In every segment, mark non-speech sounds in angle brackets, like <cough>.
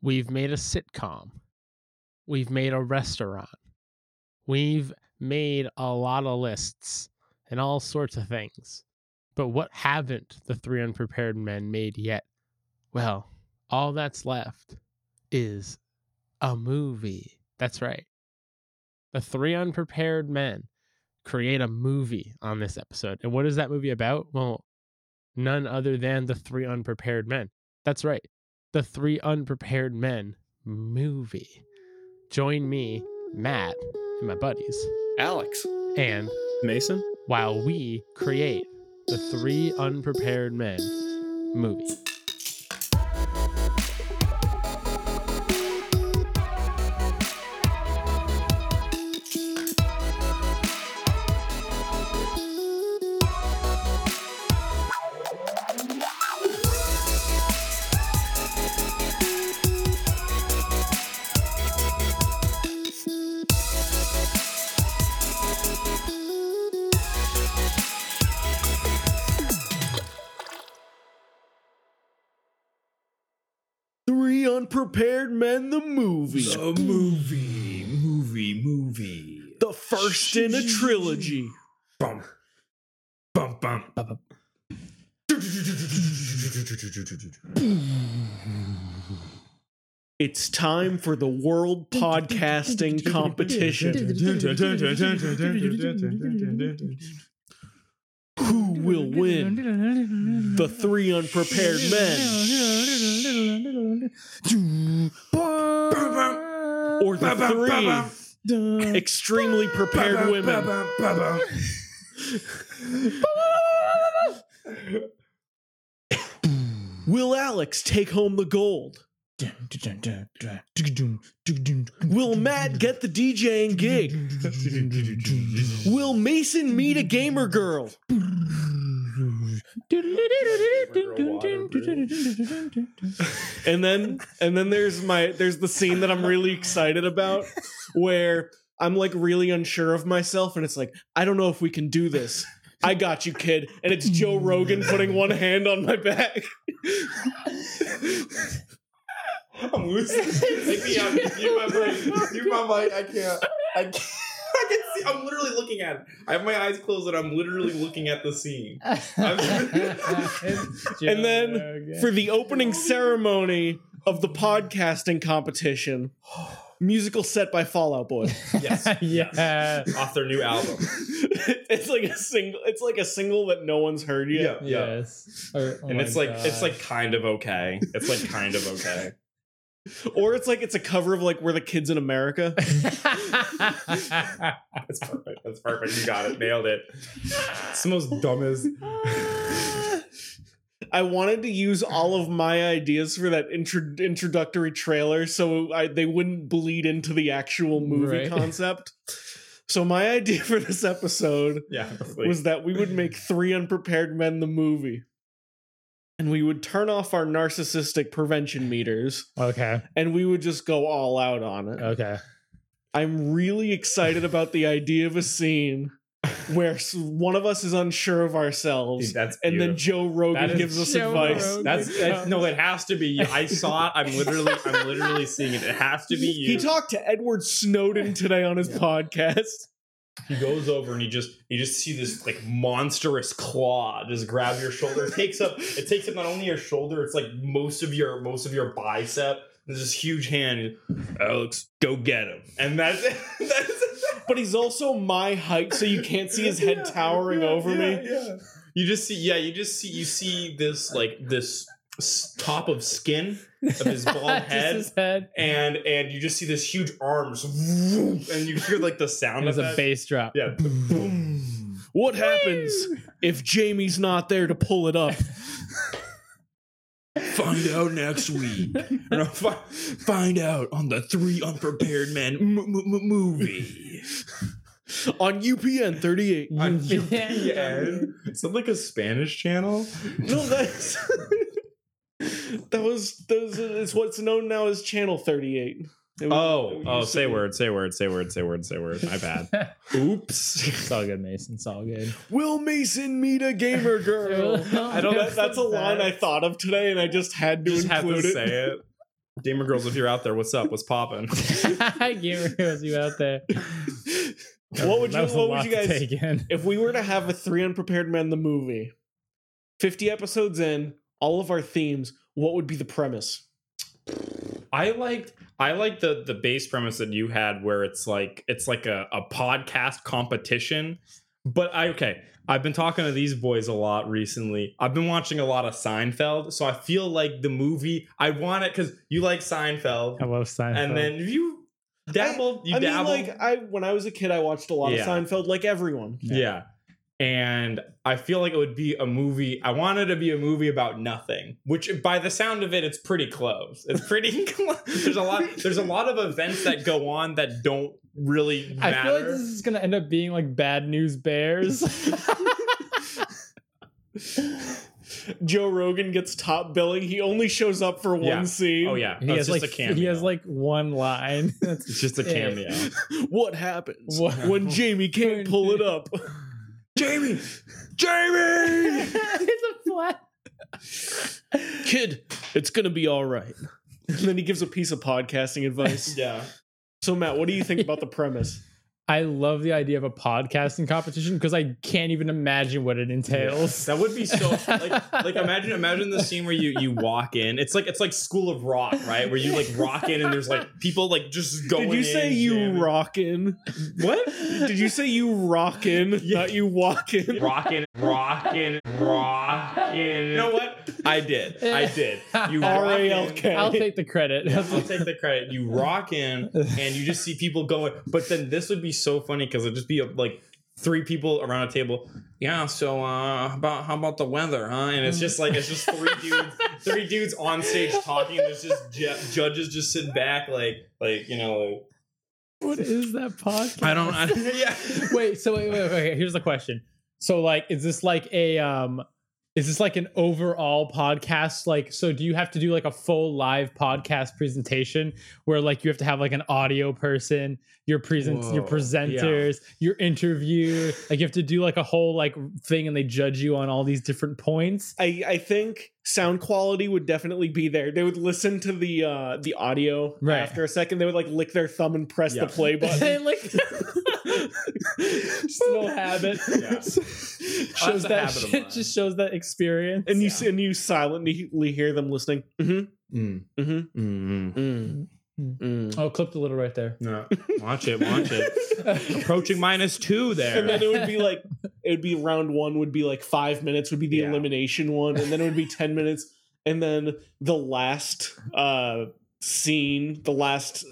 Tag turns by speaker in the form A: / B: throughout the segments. A: We've made a sitcom. We've made a restaurant. We've made a lot of lists and all sorts of things. But what haven't the three unprepared men made yet? Well, all that's left is a movie. That's right. The three unprepared men create a movie on this episode. And what is that movie about? Well, none other than the three unprepared men. That's right. The three unprepared men movie. Join me, Matt, and my buddies.
B: Alex.
A: And
C: Mason?
A: while we create the three unprepared men movie.
B: Three Unprepared Men, the movie.
C: A movie, movie, movie.
B: the first in a trilogy.
C: Bump. Bump, bump.
B: It's time for the World Podcasting Competition. Who will win? The Three Unprepared Men or the Three Extremely Prepared Women? Will Alex take home the gold? Will Matt get the DJing gig? Will Mason meet a gamer girl? And then and then there's my there's the scene that I'm really excited about where I'm like really unsure of myself and it's like I don't know if we can do this. I got you, kid. And it's Joe Rogan putting one hand on my back.
C: I'm losing.
D: <laughs> Take me out. Mute my mic. Mute my mic. I can't. I can't. <laughs> I can see. I'm literally looking at it. I have my eyes closed and I'm literally looking at the scene.
B: And then for the opening ceremony of the podcasting competition. Musical set by Fallout Boy.
D: <laughs>
B: <laughs>
D: Yes.
A: yeah.
D: Off their new album.
B: it's like a single. It's like a single that no one's heard yet.
D: Yeah. Yeah.
A: Yes. Or- oh
D: And
A: my
D: it's like it's
A: gosh.
D: like kind of okay. It's like kind of okay.
B: Or it's like it's a cover of like We're the Kids in America.
D: That's perfect. That's perfect. You got it. Nailed it. It's the most dumbest.
B: I wanted to use all of my ideas for that intro- introductory trailer so I, they wouldn't bleed into the actual movie
A: Right. <laughs>
B: concept. So my idea for this episode
D: Yeah. it's like-
B: was that we would make Three Unprepared Men the movie. And we would turn off our narcissistic prevention meters
A: okay.
B: and we would just go all out on it.
A: <laughs> Okay.
B: I'm really excited about the idea of a scene where s- one of us is unsure
A: <laughs>
B: of ourselves
D: Dude, that's
B: and then
D: beautiful.
B: Joe Rogan
D: That is
B: gives us
A: Joe
B: advice.
A: Rogan.
D: That's, that's no, it has to be you. I saw it. I'm literally, I'm literally seeing it. It has to be you.
B: He talked to Edward Snowden today on his podcast.
D: He goes over and he just, you just see this like monstrous claw just grab your shoulder. It takes up, it takes up not only your shoulder, it's like most of your, most of your bicep. There's this huge hand. Alex, go get him. And that's, <laughs> that's
B: But he's also my height, so you can't see his head
D: Yeah,
B: towering
D: yeah,
B: over
D: yeah,
B: me.
D: yeah. You just see, yeah, you just see, you see this like this s- top of skin of
B: <laughs>
D: his bald
A: <laughs> Just
D: head,
A: his head.
D: and and you just see this huge arms, <laughs> and you hear like the sound
A: And
D: of
A: it's a
D: that.
A: bass <laughs> drop.
D: yeah,
B: What happens if Jamie's not there to pull it up?
C: Find out next week. No, fi- find out on the Three Unprepared Men m- m- m- movie.
B: on UPN 38.
D: on
A: Yeah.
D: UPN. It's like a Spanish channel.
B: <laughs> No, that's <laughs> that was that was it's what's known now as Channel 38. It was-
D: Oh,
B: it
D: oh,
B: used to
D: say
B: be-
D: word, say word, say word, say word, say word. My bad.
B: <laughs>
D: Oops. <laughs>
A: It's all good, Mason. It's all good.
B: Will Mason meet a gamer <laughs> girl? I don't know. That's a line I thought of today, and I just had to
D: Just had
B: include
D: to
B: it.
D: say it. Gamer girls, if you're out there, what's up? What's popping?
A: <laughs> I can't realize you out there.
B: What would you? What would you guys?
A: take in?
B: If we were to have a three unprepared men the movie, fifty episodes in, all of our themes, what would be the premise?
D: I liked I like the the base premise that you had where it's like it's like a, a podcast competition. But I okay, I've been talking to these boys a lot recently. I've been watching a lot of Seinfeld, so I feel like the movie I want it because you like Seinfeld,
A: I love Seinfeld.
D: and then you dabble, you
B: I mean,
D: dabble.
B: like I when I was a kid, I watched a lot
D: Yeah.
B: of Seinfeld, like everyone.
D: yeah. And I feel like it would be a movie. I wanted to be a movie about nothing, which by the sound of it, it's pretty close. It's pretty <laughs> close. There's a lot there's a lot of events that go on that don't really matter.
E: I feel like this is gonna end up being like bad news bears.
B: <laughs> Joe Rogan gets top billing. He only shows up for one
D: Yeah.
B: scene.
D: oh yeah.
E: he
D: Oh,
E: has
D: it's
E: like
D: just a cameo.
E: he has like one line.
D: <laughs>
E: That's
D: it's just a
E: it.
D: cameo.
B: What happens <laughs>
E: What-
B: when Jamie can't pull it up? <laughs>
C: Jamie!
E: <laughs>
C: Jamie!
E: it's a flat.
B: Kid, it's gonna be all right. <laughs> And then he gives a piece of podcasting advice.
D: <laughs> yeah.
B: so Matt, what do you think about
D: <laughs>
B: the premise?
E: I love the idea of a podcasting competition because I can't even imagine what
D: <laughs>
E: it entails.
D: That would be so like
E: <laughs>
D: like imagine imagine the scene where you you walk in. It's like it's like School of Rock, right? Where you like rock in and there's like people like just going.
B: Did you say
D: in,
B: you
D: jamming. <laughs>
B: rockin'?
D: what?
B: Did you say you
D: <laughs>
B: rockin'? Not you walkin'?
D: Rockin', rockin', rockin'. You know what? I did. I did. You <laughs>
B: R A
D: rockin'.
B: L K.
E: I'll take
D: <laughs>
E: the credit.
D: Yeah, I'll take the credit. You rock in, and you just see people going. But then this would be so funny because it'd just be like three people around a table. Yeah. So uh, about how about the weather, huh? And it's just like it's just <laughs> three dudes, three dudes on stage talking. And there's just ju- judges just sitting back, like like you know. Like,
E: What is that podcast?
D: I don't. I, <laughs> yeah.
E: wait, so wait, wait, wait. Here's the question. So like, is this like a um, is this like an overall podcast? Like, so do you have to do like a full live podcast presentation where like you have to have like an audio person, your present, your
D: Whoa,
E: presenters, your interview, like you have to do like a whole like thing and they judge you on all these different points.
B: I, I think sound quality would definitely be there. They would listen to the uh, the audio
E: Right.
B: after a second. They would like lick their thumb and press
D: Yeah.
B: the
D: <laughs>
B: play button.
E: <laughs> And, like, just no habit.
D: Yeah.
E: Shows
D: a
E: that
D: habit of
E: shit
D: mine.
E: just shows that experience.
B: and you s and you silently hear them listening. Mm-hmm.
D: Mm,
B: Mm-hmm.
D: mm, mm.
B: Mm. Mm.
E: Oh, clipped a little right there.
D: No. Watch it. Watch it.
E: <laughs>
D: Approaching minus two
B: And then
D: there.
B: it would be like it would be round one would be like five minutes would be the
D: Yeah.
B: elimination one, and then it would be ten minutes, and then the last uh scene, the last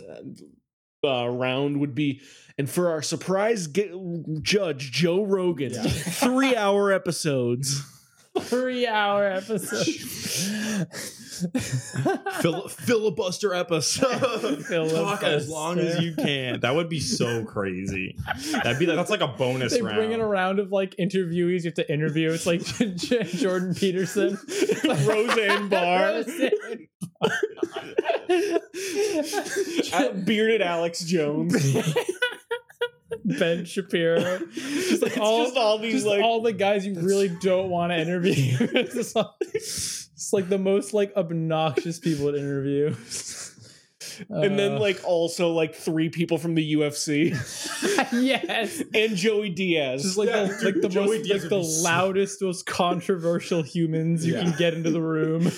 B: uh, round would be, and for our surprise ge- judge Joe Rogan,
E: <laughs>
D: Yeah.
B: three hour episodes.
E: three hour episode.
D: Fil- filibuster episode. Talk as
E: <laughs> Filibuster.
D: long as you can. That would be so crazy. That'd be like, that's like a bonus
E: They
D: round.
E: bring in a round of like interviewees you have to interview. It's like <laughs> J- J- Jordan Peterson,
B: <laughs> Roseanne
E: <laughs>
B: Barr.
E: Roseanne
B: Al-
E: Barr.
B: bearded Alex
E: <laughs>
B: Jones.
E: ben Shapiro, just like
B: It's
E: all,
B: just all these
E: just
B: like
E: all the guys you really don't want to interview. it's, just like, it's like the most like obnoxious people to interview.
B: and then
E: Uh,
B: like also like three people from the
E: <laughs>
B: UFC
E: yes,
B: and Joey Diaz.
E: just like
D: Yeah,
E: the, like the
D: Joey
E: most
D: Diaz would
E: like the
D: be so-
E: loudest, most controversial humans you
D: Yeah.
E: can get into the room.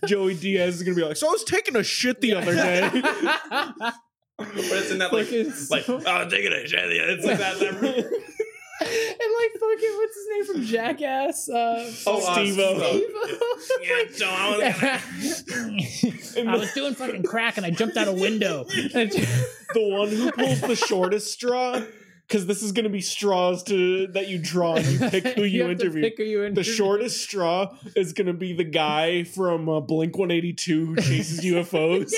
E: <laughs>
B: Joey Diaz is gonna be like, so I was taking a shit the other
E: <laughs>
B: day.
D: but it's in that like,
E: like it's
D: like
E: so-
D: oh, I'm taking a shit. It's like that.
E: <laughs>
D: that
E: and like fucking what's his name from Jackass? <laughs> Uh,
D: oh, uh,
B: Steve-O.
E: <laughs> Steve-O.
D: Yeah, so I was
E: <laughs>
D: gonna-
E: I was doing fucking crack and I jumped out a <laughs> window.
B: the one who pulls the shortest straw, because this is gonna be straws to that you draw and you pick
E: <laughs>
B: who you,
E: have to
B: interview.
E: pick who you
B: the
E: interview.
B: shortest straw is gonna be the guy from uh, Blink 182
E: <laughs>
B: who chases UFOs.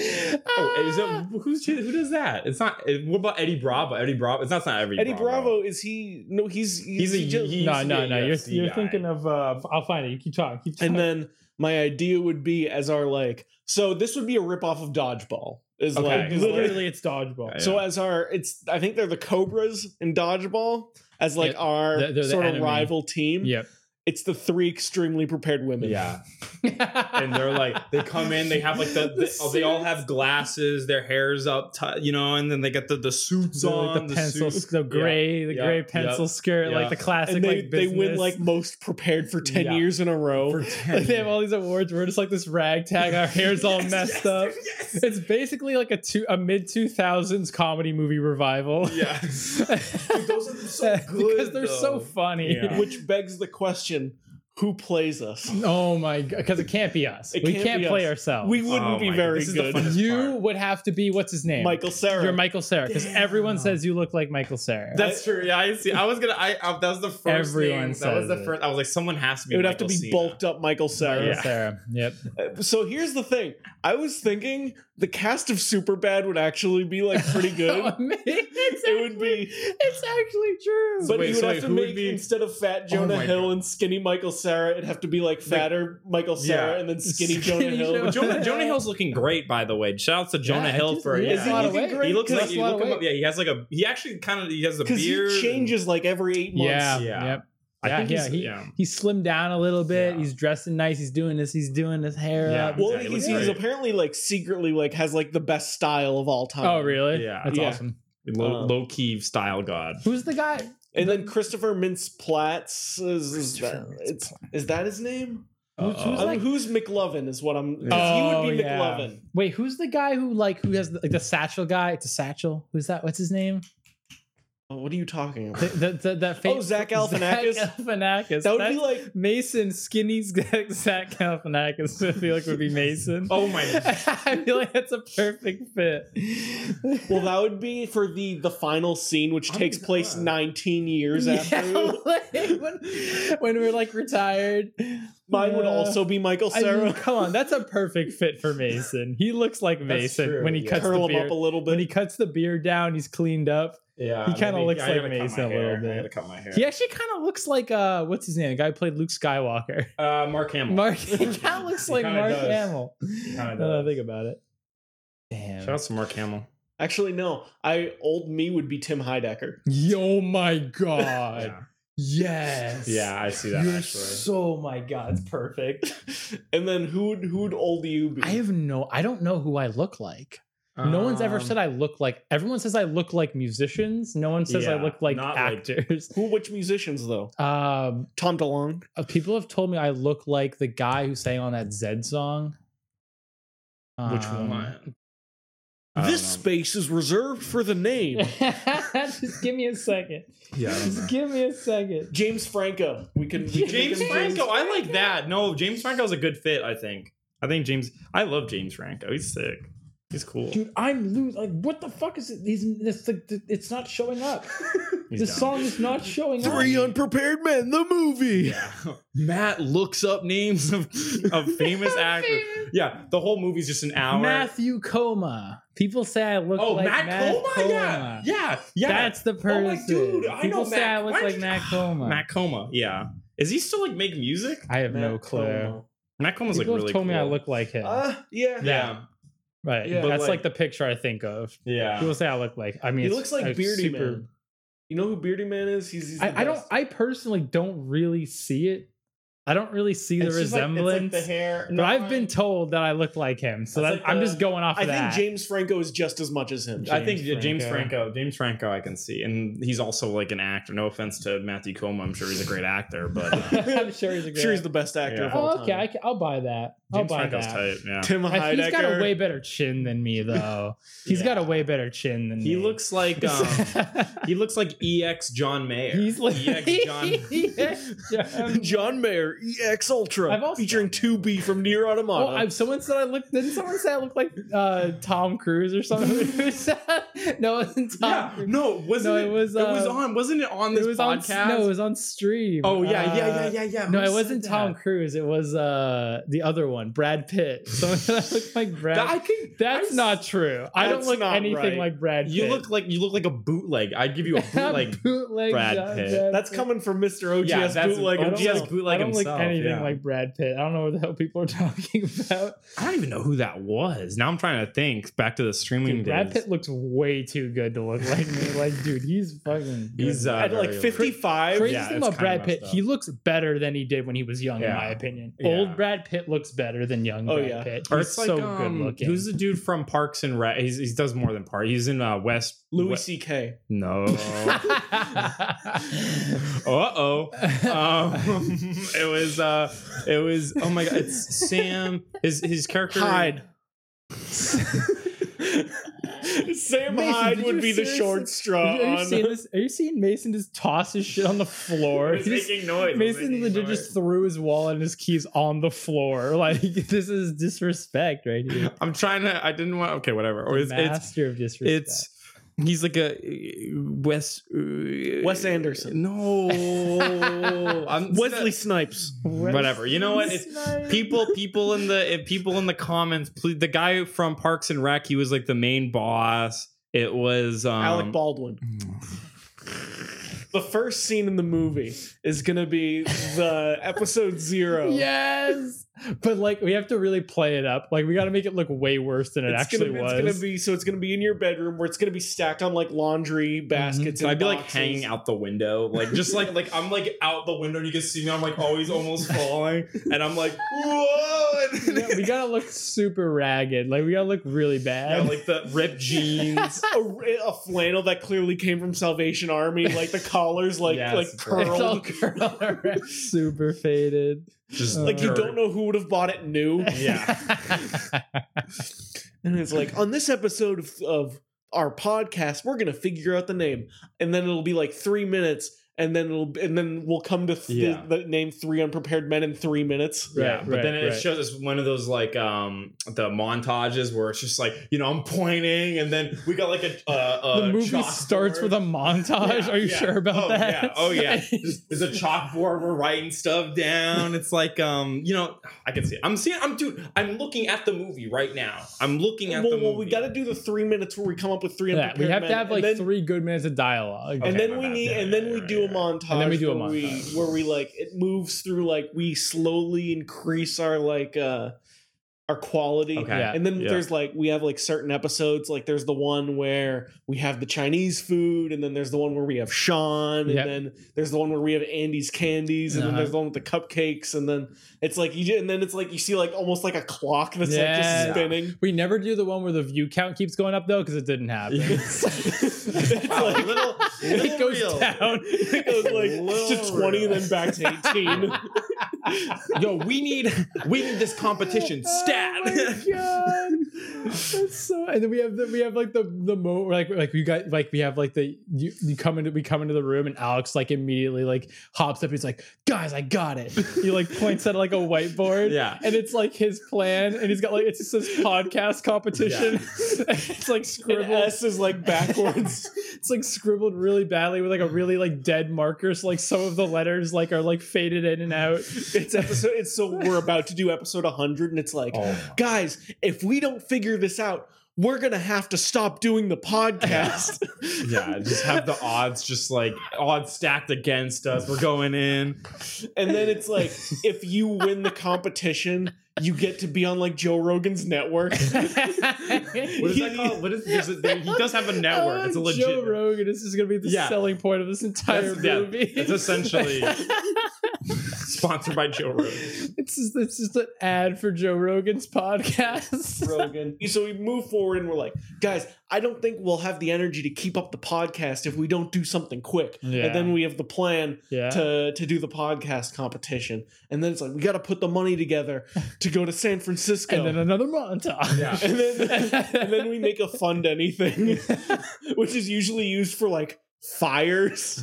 D: oh, is it who's who does that? It's not. it- What about Eddie Bravo? Eddie Bravo. It's not, it's not Eddie.
B: Eddie Bravo is he? No, he's
D: He's a
B: he just-
D: he used
E: no,
D: to
E: no,
D: be a
E: no. You're,
D: UFC
E: you're
D: guy.
E: thinking of. Uh, I'll find it. You keep talking. Keep talking.
B: And then my idea would be as our like, so this would be a ripoff of dodgeball. Is
D: Okay.
B: like is like-
E: literally, it's dodgeball.
D: Yeah,
B: So as our, it's I think they're the Cobras in dodgeball as like
E: Yeah,
B: our
E: they're- they're the
B: sort of
E: enemy.
B: rival team.
E: Yep.
B: It's the three extremely prepared women.
D: Yeah. and they're like, they come in, they have like the, the oh, they all have glasses, their hair's up, ti- you know, and then they get the the suits
E: So,
D: on,
E: like the, pencil,
D: suits.
E: sk- the gray, the
D: yeah,
E: gray
D: yeah,
E: pencil skirt,
D: yeah.
E: like the classic.
B: And they,
E: like,
B: they win
E: business.
B: like most prepared for 10
E: Yeah.
B: years in a row.
E: <laughs> Like, they have all these awards. We're just like this ragtag. Our
B: <laughs>
E: hair's all messed up. It's basically like a two, a mid two thousands comedy movie <laughs> revival.
D: Yeah. Dude, those are so good
E: <laughs> because they're so
D: though.
E: funny.
D: Yeah.
B: Which begs the question who plays us?
E: Oh my god! Because it can't be us.
B: It
E: we
B: can't
E: can't,
B: be
E: play
B: us.
E: ourselves.
B: We wouldn't
D: Oh
B: be
D: my-
B: very
D: this is the
B: good.
D: funnest
E: you
D: part.
E: would have to be what's his name?
B: Michael Sarah.
E: You're Michael Sarah because everyone says you look like Michael Sarah.
D: That's true. Yeah, I see. I was gonna. I, I that was the first.
E: Everyone
D: thing. That was
E: says
D: the
E: it.
D: first. I was like, someone has to be.
B: it would
D: Michael
B: have to be
D: Cena.
B: bulked up Michael Sarah.
E: Michael Sarah. Yep.
B: Uh, So here's the thing. I was thinking the cast of Superbad would actually be like <laughs> pretty
D: <laughs>
E: <laughs>
B: good.
E: Oh,
B: it would be
E: It's actually true.
B: but
D: wait,
B: you would
D: so
B: have
D: wait,
B: to
D: who would
B: make
D: be- Oh
B: instead of fat Jonah
D: my
B: Hill
D: God.
B: and skinny Michael Sarah, it'd have to be like fatter Michael Sarah
D: Yeah.
B: and then skinny, Jonah
E: Skinny
B: Hill.
E: Jonah-
D: But
E: <laughs>
D: Jonah, Jonah Hill's looking great, by the way. Shout out to Jonah
E: Yeah,
D: Hill
E: just-
D: for
E: he
D: yeah.
E: has a lot of
D: he,
E: weight.
D: he looks
E: He
D: like
E: has a
D: you
E: lot
D: look
E: of
D: him up.
E: weight.
D: Yeah, he has like a. He actually kind of. He has a
B: Because
D: beard.
B: he
D: and-
B: changes like every eight months.
E: yeah,
D: Yeah.
E: Yep.
D: I
E: Yeah,
D: think
E: yeah,
D: he's-
E: he-
D: yeah.
E: He slimmed down a little bit.
D: Yeah.
E: He's dressing nice. He's doing this. He's doing his hair
D: Yeah.
E: up.
B: Well,
D: he
B: he's,
D: looks
B: he's
D: great.
B: apparently like secretly like has like the best style of all time.
E: Oh, really?
D: Yeah.
E: That's
B: Yeah.
E: awesome.
D: Low,
B: Um,
D: low key style god.
E: Who's the guy?
B: And then Christopher Mintz Platts is, is that
E: Christopher Mintz
B: it's, is that his name?
E: Who's,
D: Uh-oh.
E: who's
B: Um,
E: like?
B: who's McLovin is what I'm. 'cause he would be
E: Oh, yeah.
B: McLovin.
E: Wait, who's the guy who like who has the, like the satchel guy? It's a satchel. Who's that? What's his name?
B: Oh, what are you talking
E: The,
B: about?
E: the, the, that
B: <laughs> Oh, Zach Galifianakis?
E: <laughs> Zach Galifianakis.
B: That would
E: That's
B: be like
E: Mason skinny Zach <laughs> Galifianakis. I feel like would be Mason.
D: Oh my.
E: <laughs> I feel like that's a perfect fit.
B: well, that would be for the the final scene, which
D: Oh my
B: takes place
D: God.
B: 19 years
E: <laughs> Yeah,
B: after.
E: like, when, when we're like retired.
B: Mine would
E: Yeah.
B: also be Michael
E: I mean,
B: Sarah.
E: come on, that's a perfect fit for Mason. He looks like Mason
D: true,
E: when he
D: yeah.
E: cuts
B: Curl
E: the
B: him up
E: beard.
B: a little
E: When he
B: bit.
E: cuts the beard down, he's cleaned up.
D: Yeah.
E: He kinda
D: maybe-
E: looks
D: I
E: like
D: gotta cut my
E: Mason a
D: hair.
E: little bit.
D: I gotta cut my hair.
E: He actually kind of looks like uh, what's his name? The guy who played Luke Skywalker.
D: <laughs> Uh, Mark Hamill.
E: Mark. He kind of looks
D: He
E: like
D: kinda
E: Mark
D: does.
E: Hamill.
D: He
E: Now
D: kinda
E: that I
D: does.
E: think about it. Damn.
D: Shout out to Mark Hamill.
B: Actually, no. I old me would be Tim Heidecker. <laughs>
D: <laughs>
E: Yo, my god.
D: Yeah.
E: Yes.
D: Yeah, I see that
E: You're
D: actually.
E: so my god. It's perfect.
B: and then who would who would old you be?
E: I have no. I don't know who I look like. no one's ever
D: Um,
E: said I look like. Everyone says I look like musicians. No one says I
D: Yeah,
E: look like
D: not like-
E: actors. <laughs>
B: who? Which musicians though?
E: um,
B: Tom DeLonge.
E: uh, people have told me I look like the guy who sang on that Zed song.
D: Which
E: Um,
D: one?
B: This space is reserved for the name.
E: <laughs> Just give me a second.
D: Yeah.
E: Just give me a second.
B: <laughs> James Franco. We can. we can make
D: <laughs> James
B: him
D: Franco. I like that. No, James Franco's a good fit. I think. I think James. I love James Franco. He's sick. He's cool.
E: Dude, I'm lose. Like, what the fuck is it? These, it's like, th- it's not showing up.
D: He's
E: the
D: dumb.
E: song is not showing up.
B: Three Unprepared Men, the movie.
D: Yeah. <laughs> Matt looks up names
E: <laughs>
D: of of famous actors. Yeah, the whole movie's just an hour.
E: Matthew Coma. People say I look
D: oh,
E: like
D: Matt, Coma? Yeah,
E: Coma.
D: yeah, yeah. Oh
E: That's the person.
D: dude, I
E: People
D: know
E: say
D: Matt.
E: I look
D: Why
E: like
D: did-
E: Matt Coma.
D: Matt Coma. Yeah. Is he still like make music?
E: I have no
B: Matt
E: clue.
B: Como.
D: Matt Coma's
E: People
D: like really
E: have told
D: cool.
E: me I look like him.
B: Uh, yeah.
D: Yeah,
E: right.
B: yeah.
D: But
E: That's like,
D: like-
E: the picture I think of.
D: yeah.
E: People say I look like. I mean,
B: He
E: it's-
B: looks like
E: it's
B: Beardy Man. You know who Beardy Man is? He's. he's the
E: I, I don't.
B: best.
E: I personally don't really see it. I don't really see the
D: It's just like- it's like
E: resemblance.
D: the hair.
E: But
D: No,
E: I've
D: I-
E: been told that I look like him, so
D: That's
E: that,
D: like
E: I'm
D: the-
E: just going off.
B: I
E: Of
B: think
E: that.
B: James Franco is just as much as him.
D: I think
E: James
D: James
E: Franco.
D: Franco. James Franco, I can see, and he's also like an actor. No offense to Matthew Coma, I'm sure he's a great actor, but uh,
E: I'm sure he's
D: <laughs>
E: a
B: I'm
E: great.
B: sure he's the best actor
D: Yeah.
B: of all
E: oh, okay,
B: time.
E: I, ca- I'll buy that. <laughs> I'll
D: James
E: buy
D: Franco's
E: that.
D: type. Yeah,
B: Tim
E: I-
B: Heidecker.
E: he's got a way better chin than me, though. He's got a
D: Yeah.
E: way better chin than
D: He
E: me.
D: looks
E: <laughs>
D: like um, he looks like ex John Mayer.
E: <laughs> he's like
D: ex E John.
E: EX
B: <laughs>
E: John.
B: John Mayer, EX Ultra,
E: I've also-
B: featuring 2B from Near Automata.
E: Oh, I've, someone said I look. Didn't someone say I look like uh, Tom Cruise or something? <laughs> Who said- no, it wasn't Tom.
D: Yeah,
E: Cruise.
D: no, wasn't
E: No, it
D: it?
E: was,
D: it was
E: uh,
D: on. Wasn't it on this
E: it was
D: podcast?
E: on. No, it was on stream.
D: oh yeah, yeah, yeah,
E: Uh,
D: yeah, yeah.
E: No,
D: Who
E: it
D: said
E: wasn't
D: that?
E: Tom Cruise. It was uh the other one, Brad Pitt. <laughs> Someone said I look like Brad.
D: I can.
E: That's
D: I-
E: not true. I don't
B: That's
E: look
B: not
E: anything
B: right.
E: like Brad. Pitt.
D: You look like you look like a bootleg. I'd
E: <laughs>
D: give you a bootleg.
E: bootleg
D: Brad
E: John
D: Pitt.
E: Brad
B: that's
E: Pitt.
B: coming from Mr. OGS
D: yeah, that's
B: Bootleg
E: I don't
D: OGS
E: like-
B: himself.
D: bootleg
E: I don't like
D: himself,
E: anything
D: yeah.
E: like Brad Pitt. I don't know what the hell people are <laughs> talking about.
D: I don't even know who that was. Now I'm trying to think back to the streaming
E: Dude, Brad
D: days.
E: Pitt looks way too good to look
D: <laughs>
E: like me. Like, dude, he's fucking. good.
D: He's uh,
B: At like
D: very-
B: 55.
E: Crazy
D: yeah,
E: thing
D: it's kinda
E: about Brad
D: messed
E: Pitt,
D: up.
E: he looks better than he did when he was young, in
D: Yeah.
E: my opinion.
D: Yeah.
E: Old Brad Pitt looks better than young
B: Oh,
E: Brad
B: yeah.
E: Pitt.
D: Or
E: He's
D: it's like,
E: so good
D: um,
E: looking. <laughs>
D: Who's the dude from Parks and Rec? He's, he does more than Park. He's in uh, West
B: Louis
D: West-
B: C.K.
E: <laughs>
D: No. uh oh. Um, it was uh, it was oh my god, it's Sam. His his character.
B: Hyde. Sam
E: Mason,
B: Hyde
E: did
B: would
E: you
B: be the
E: seriously-
B: short
D: uh,
B: straw
E: Are you,
B: on.
E: seeing this? Are you seeing Mason just toss his
D: <laughs>
E: shit on the floor? He just-
D: noise.
E: Mason legit just threw his wallet and his keys on the floor. <laughs> Like this is disrespect right here.
D: I'm trying to. I didn't want. Okay, whatever. <laughs> Or it's, it's
E: Master of disrespect.
D: it's he's like a uh, Wes uh,
B: Wes Anderson.
D: No, Oh,
B: <laughs>
D: I'm
E: <laughs>
D: Um,
B: Wesley Snipes.
D: Whatever. You know what? It's, people, people in the if people in the comments. Please, the guy from Parks and Rec. He was like the main boss. It was um,
B: Alec
D: <laughs>
B: Baldwin. The first scene in the movie is gonna be the episode
E: <laughs>
B: zero.
E: Yes, but like we have to really play it up. Like we got to make it look way worse than it
B: It's
E: actually
B: gonna, be,
E: was.
B: it's gonna be so it's gonna be in your bedroom where it's gonna be stacked on like laundry
E: Mm-hmm.
B: baskets.
D: mm-hmm. So
B: and
D: I'd be like
B: boxes. <laughs>
D: hanging out the window, like just like like I'm like out the window, and you can see me. I'm like always almost falling, and I'm like whoa. And
E: <laughs> <laughs> Yeah, we
B: <laughs>
E: gotta look super ragged. Like we gotta look really
D: Yeah,
E: bad.
D: like the ripped jeans.
B: a, a flannel that clearly came from Salvation Army, like the collars, like
D: Yes,
B: like
D: bro.
E: it's all
B: curled.
E: <laughs> curled around, super faded.
D: Just
E: Uh,
B: Like you <laughs> don't know who would have bought it
E: <laughs>
B: new.
D: <laughs>
E: Yeah.
B: And it's like on this episode of, of our podcast, we're gonna figure out the name, and then it'll be like three minutes, and then it'll and then we'll come to th-
D: Yeah.
B: the, name three unprepared men in three minutes.
D: Yeah,
E: Right,
D: but then
E: right,
D: it
E: right.
D: shows us one of those like um the montages where it's just like you know I'm pointing and then we got like a uh, a
E: the movie
D: chalkboard.
E: starts with a montage.
D: Yeah,
E: Are you
D: yeah.
E: sure about
D: oh,
E: that?
D: Yeah. Oh
E: <laughs>
D: yeah, Just- there's a chalkboard. We're writing stuff down. It's like um you know I can see it. I'm seeing I'm dude I'm looking at the movie right now. I'm looking at
B: Well,
D: the
B: well,
D: movie.
B: we got to do the three minutes where we come up with three
E: Yeah,
B: unprepared
E: we have
B: men,
E: to have
B: and
E: like
B: then-
E: three good minutes of dialogue.
D: Okay.
B: and then
D: my
B: we
D: bad.
B: need,
D: Yeah,
B: and then
D: yeah,
B: we
D: right,
B: do a
D: right.
B: montage.
E: And then we do a
B: where
E: montage.
B: We, where we like it moves through like we slowly increase our like uh our quality.
D: Okay.
E: Yeah.
B: And then
D: Yeah.
B: there's like we have like certain episodes. Like there's the one where we have the Chinese food, and then there's the one where we have Sean, and
E: Yep.
B: then there's the one where we have Andy's candies, and then
E: Uh-huh.
B: there's the one with the cupcakes, and then it's like you and then it's like you see like almost like a clock that's like
E: Yeah.
B: just spinning.
E: <laughs> We never do the one where the view count keeps going up though, because it
B: <laughs>
E: didn't happen. <laughs>
B: it's like
D: little,
E: it goes down.
B: <laughs> it
E: <laughs>
B: goes like to
D: Lord.
B: twenty and then back to eighteen.
D: Yo, we need we need this <laughs> competition stat.
E: <laughs> Oh my god, that's so. And then we have the, we have like the the mo like like we got like we have like the you, you come into we come into the room and Alex like immediately like hops up. He's like, guys, I got it. He like points at like a whiteboard.
D: yeah.
E: And it's like his plan, and he's got like it's just this podcast competition. <laughs> it's like
B: And
E: scribbled,
B: S is like backwards.
E: <laughs> it's like scribbled really badly with like a really like dead marker. So like some of the letters like are like faded in and out. <laughs>
B: it's episode. It's so we're about to do episode hundred, and it's like,
D: Oh
B: guys, if we don't figure this out, we're gonna have to stop doing the
E: <laughs>
B: podcast.
D: yeah, just have the odds just like odds stacked against us. We're going in.
B: and then it's like, if you win the competition, you get to be on like Joe Rogan's
E: <laughs>
B: network.
D: What is
E: Joe
D: that called? What is, there's a- there- he does
E: <laughs>
D: have a network. It's a legit
E: Rogan. This is going to be the
D: Yeah.
E: selling point of this entire
D: That's- yeah,
E: movie.
C: <laughs>
D: It's
E: <laughs>
D: essentially sponsored by Joe Rogan.
E: it's just, it's just an ad for Joe Rogan's podcast.
B: Rogan. So we move forward, and we're like, guys, I don't think we'll have the energy to keep up the podcast if we don't do something quick.
E: Yeah.
B: And then we have the plan
E: Yeah.
B: to to do the podcast competition, and then it's like we got to put the money together to go to San Francisco,
E: and then another montage.
D: Oh.
E: <laughs>
D: Yeah.
B: and then and
D: <laughs>
B: then we make a fund anything, <laughs> which is usually used for like fires.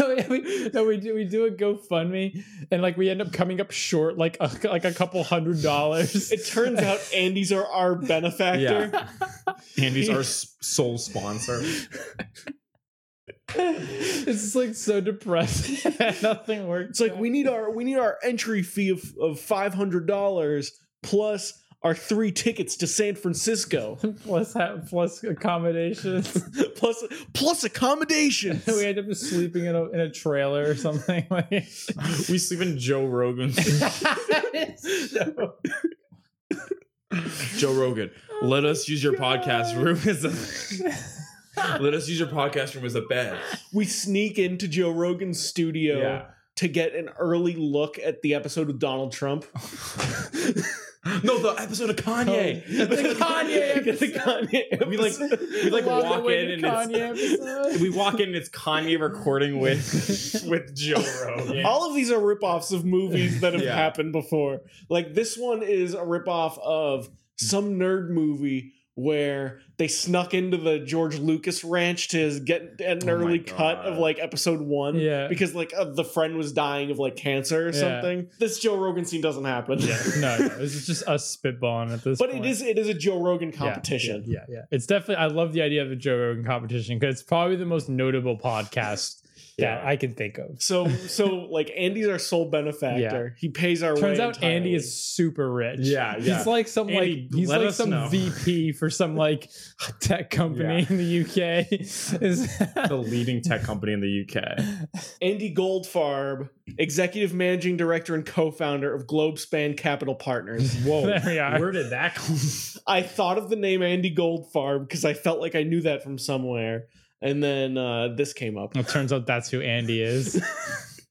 E: no, yeah, we, no, we do we do a GoFundMe, and like we end up coming up short, like a, like a couple hundred dollars.
B: It turns out Andy's our our benefactor.
D: Yeah. Andy's our s- sole sponsor.
E: <laughs> it's just like so depressing. <laughs> Nothing works.
B: It's like we need our we need our entry fee of of five hundred dollars plus are three tickets to San Francisco <laughs>
E: plus ha- plus accommodations.
B: plus plus
D: <laughs>
B: accommodations.
E: <laughs> we end up just sleeping in a in a trailer or something. <laughs> Like,
D: we sleep in Joe Rogan.
C: <laughs> Joe Rogan, let us use your
E: Oh, God.
C: podcast room as a. <laughs> let us use your podcast room as a bed. <laughs>
B: we sneak into Joe Rogan's studio to get an early look at the episode with Donald
D: <laughs>
B: Trump. <laughs>
C: No, the episode of Kanye. <laughs>
D: Oh.
E: the Kanye
B: Get the Kanye
D: We like
B: episode.
D: we like walk in and it's,
E: Kanye
D: we walk in and it's Kanye recording <laughs> with with Joe Rogan.
B: all of these are ripoffs of movies that
C: <laughs>
B: have
C: Yeah.
B: happened before. Like this one is a ripoff of some nerd movie where they snuck into the George Lucas ranch to get an
C: Oh my
B: early cut of
C: God.
B: like episode one.
E: Yeah.
B: Because like uh, the friend was dying of like cancer or
E: Yeah.
B: something. This Joe Rogan scene doesn't <laughs> happen.
E: yeah, <laughs> no, no, this is just us spitballing at this.
B: but
E: point.
B: it is it is a Joe Rogan
E: Yeah, yeah,
B: competition.
E: Yeah, yeah, It's definitely. I love the idea of a Joe Rogan competition because it's probably the most notable
B: <laughs>
E: podcast that I can think of.
B: So so like Andy's our sole benefactor. He pays our
E: Turns
B: way
E: out Andy
B: entirely.
E: is super rich.
D: Yeah, yeah.
E: He's like some
D: Andy,
E: like he's
D: let
E: like
D: us
E: some
D: know.
E: VP for some like <laughs> tech company in the UK. <laughs> Is
D: the <laughs> leading tech company in the UK.
B: Andy Goldfarb, executive managing director and co-founder of Globespan Capital Partners.
E: <laughs>
D: Whoa,
E: <laughs> There we are.
D: where did that come?
B: I thought of the name Andy Goldfarb because I felt like I knew that from somewhere, and then uh, this came up.
E: Well, turns out that's who
D: <laughs>
E: Andy is.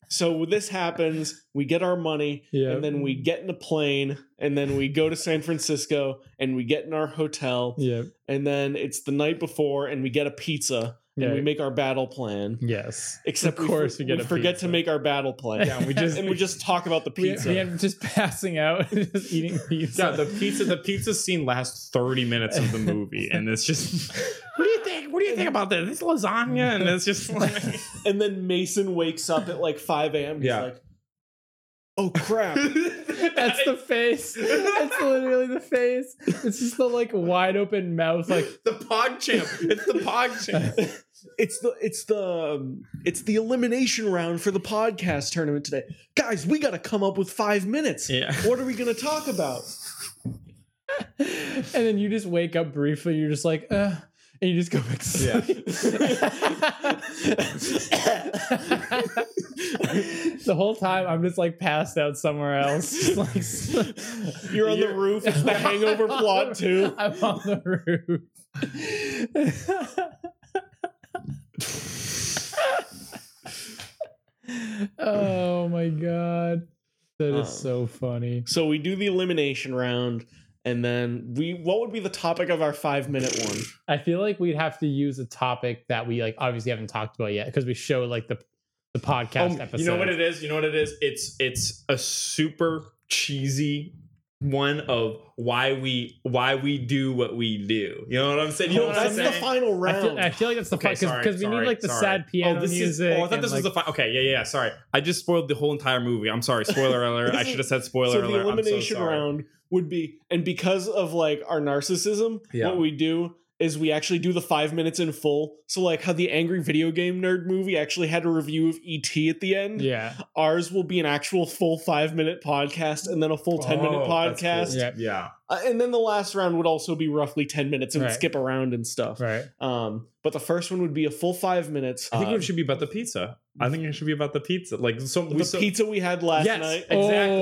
B: So this happens. We get our money,
E: Yeah.
B: and then we get in a plane, and then we go to San Francisco, and we get in our hotel,
E: yeah.
B: and then it's the night before, and we get a pizza, and
E: Yeah.
B: we make our battle plan.
E: Yes.
B: Except
E: Of course
B: we,
E: we
B: for-
E: get
B: we
E: a
B: forget to
E: pizza.
B: make our battle plan,
D: Yeah, we
B: <laughs>
D: just
B: and we just talk about the
E: <laughs> We,
B: pizza.
E: we end up just passing out, <laughs> and just eating pizza.
D: yeah, the pizza the pizza scene lasts 30 minutes of the movie and it's just <laughs> What do you think? What do you think about this? This lasagna and it's just
C: <laughs>
D: like
B: And then Mason wakes up at like 5 a.m. He's
D: Yeah.
B: like, oh
E: <laughs>
B: crap.
E: That's the face. That's literally the face. It's just the like wide open mouth, like
C: the pod champ. It's the pod champ.
B: it's the it's the um, it's the elimination round for the podcast tournament today. Guys, we gotta come up with five minutes.
D: Yeah.
B: What are we gonna talk about?
E: and then you just wake up briefly, you're just like, uh, and you just go back to
D: Yeah.
E: sleep. the whole time I'm just like passed out somewhere else. <laughs> Just, like s-
B: You're on the roof, it's
E: <laughs>
B: the hangover plot too.
E: I'm on the roof. oh my god. That is
B: Um,
E: so funny.
B: So we do the elimination round, and then we what would be the topic of our five minute one?
E: I feel like we'd have to use a topic that we like obviously haven't talked about yet because we show like the the podcast
D: Oh,
E: episode.
D: You know what it is? You know what it is? It's it's a super cheesy one of why we why we do what we do. You know what I'm saying? You know what I'm
B: that's the
D: saying?
B: final
E: I feel,
B: round.
E: I feel like that's the
D: Oh, Okay,
E: part
D: sorry,
E: because we need
D: sorry,
E: like the
D: sorry.
E: sad piano
D: oh, this is.
E: music.
D: Oh, I thought
E: and,
D: this was the
E: like-
D: final. Okay, yeah, yeah, yeah. Sorry, I just spoiled the whole entire movie. I'm sorry. Spoiler alert. I
B: This is-
D: should have said spoiler
B: so the
D: alert. I'm so
B: elimination
D: sorry.
B: round would be and because of like our narcissism
D: Yeah.
B: what we do is we actually do the five minutes in full so like how the angry video game nerd movie actually had a review of et at the end
E: yeah,
B: ours will be an actual full five minute podcast and then a full 10 minute
D: Oh, that's cool.
B: podcast
E: Yeah.
D: Yeah.
B: Uh, and then the last round would also be roughly 10 minutes and we'd
E: Right.
B: skip around and stuff
E: right.
B: um but the first one would be a full five minutes
D: I think
B: Uh,
D: it should be about the pizza. I think it should be about the pizza. Like so,
B: the
D: we so,
B: pizza we had last
D: yes,
B: night
D: exactly,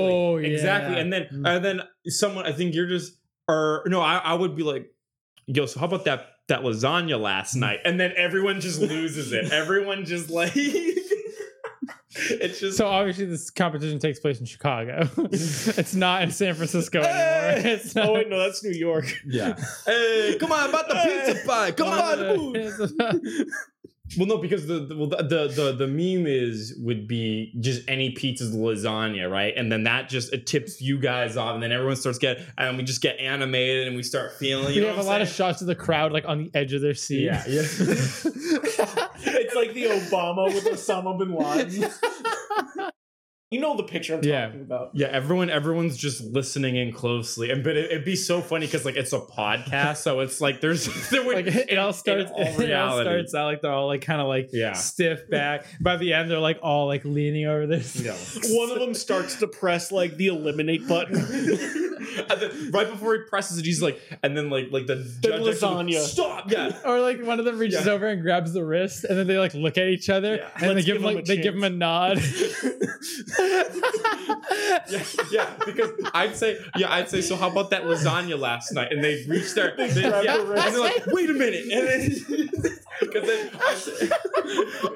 E: Oh,
D: exactly.
E: yeah.
D: And then,
E: Mm.
D: and then someone. I think you're just, or no, I, I would be like, yo. So how about that that lasagna last night? And then everyone just loses it. Everyone just like, <laughs> it's just
E: So obviously this competition takes place in Chicago. <laughs> it's not in San Francisco anymore. <laughs> It's not,
B: oh wait no that's new york
D: yeah.
C: <laughs> Hey, come on, about the pizza pie. Come on.
D: Well, no, because the the, well, the the the the meme is would be just any pizza's lasagna, right? And then that just it tips you guys off, and then everyone starts getting, and we just get animated, and we start feeling. You
E: we
D: know
E: have a
D: what I'm
E: lot of
D: saying?
E: shots of the crowd like on the edge of their seat.
D: Yeah, <laughs> yeah.
B: It's like the Obama with Osama bin Laden. <laughs> You know the picture I'm
E: Yeah.
B: talking about.
D: yeah, everyone, everyone's just listening in closely, and but it, it'd be so funny because like it's a podcast, so it's like there's <laughs> there would
E: <laughs> like it all starts. <laughs>
D: all
E: it all
D: reality.
E: starts out like they're all like kind of like
D: Yeah.
E: stiff back. By the end, they're like all like leaning over this.
D: yeah. <laughs>
B: One of them starts to press like the eliminate button.
D: And then right before he presses it, he's like, and then like like the judge actually-
B: lasagna.
D: Stop! Yeah.
E: <laughs> Or like one of them reaches
D: Yeah.
E: over and grabs the wrist, and then they like look at each other,
D: Yeah.
E: and they
B: Let's
E: give,
B: give
E: like
B: him a
E: they give him
D: <laughs>
E: a nod.
D: yeah, yeah, because I'd say, yeah, I'd say. So how about that lasagna last night? And they reached their, they,
B: grabbed
D: yeah,
B: the
D: and
B: wrist.
D: they're like, wait a minute, and then <laughs> because then I say, <laughs>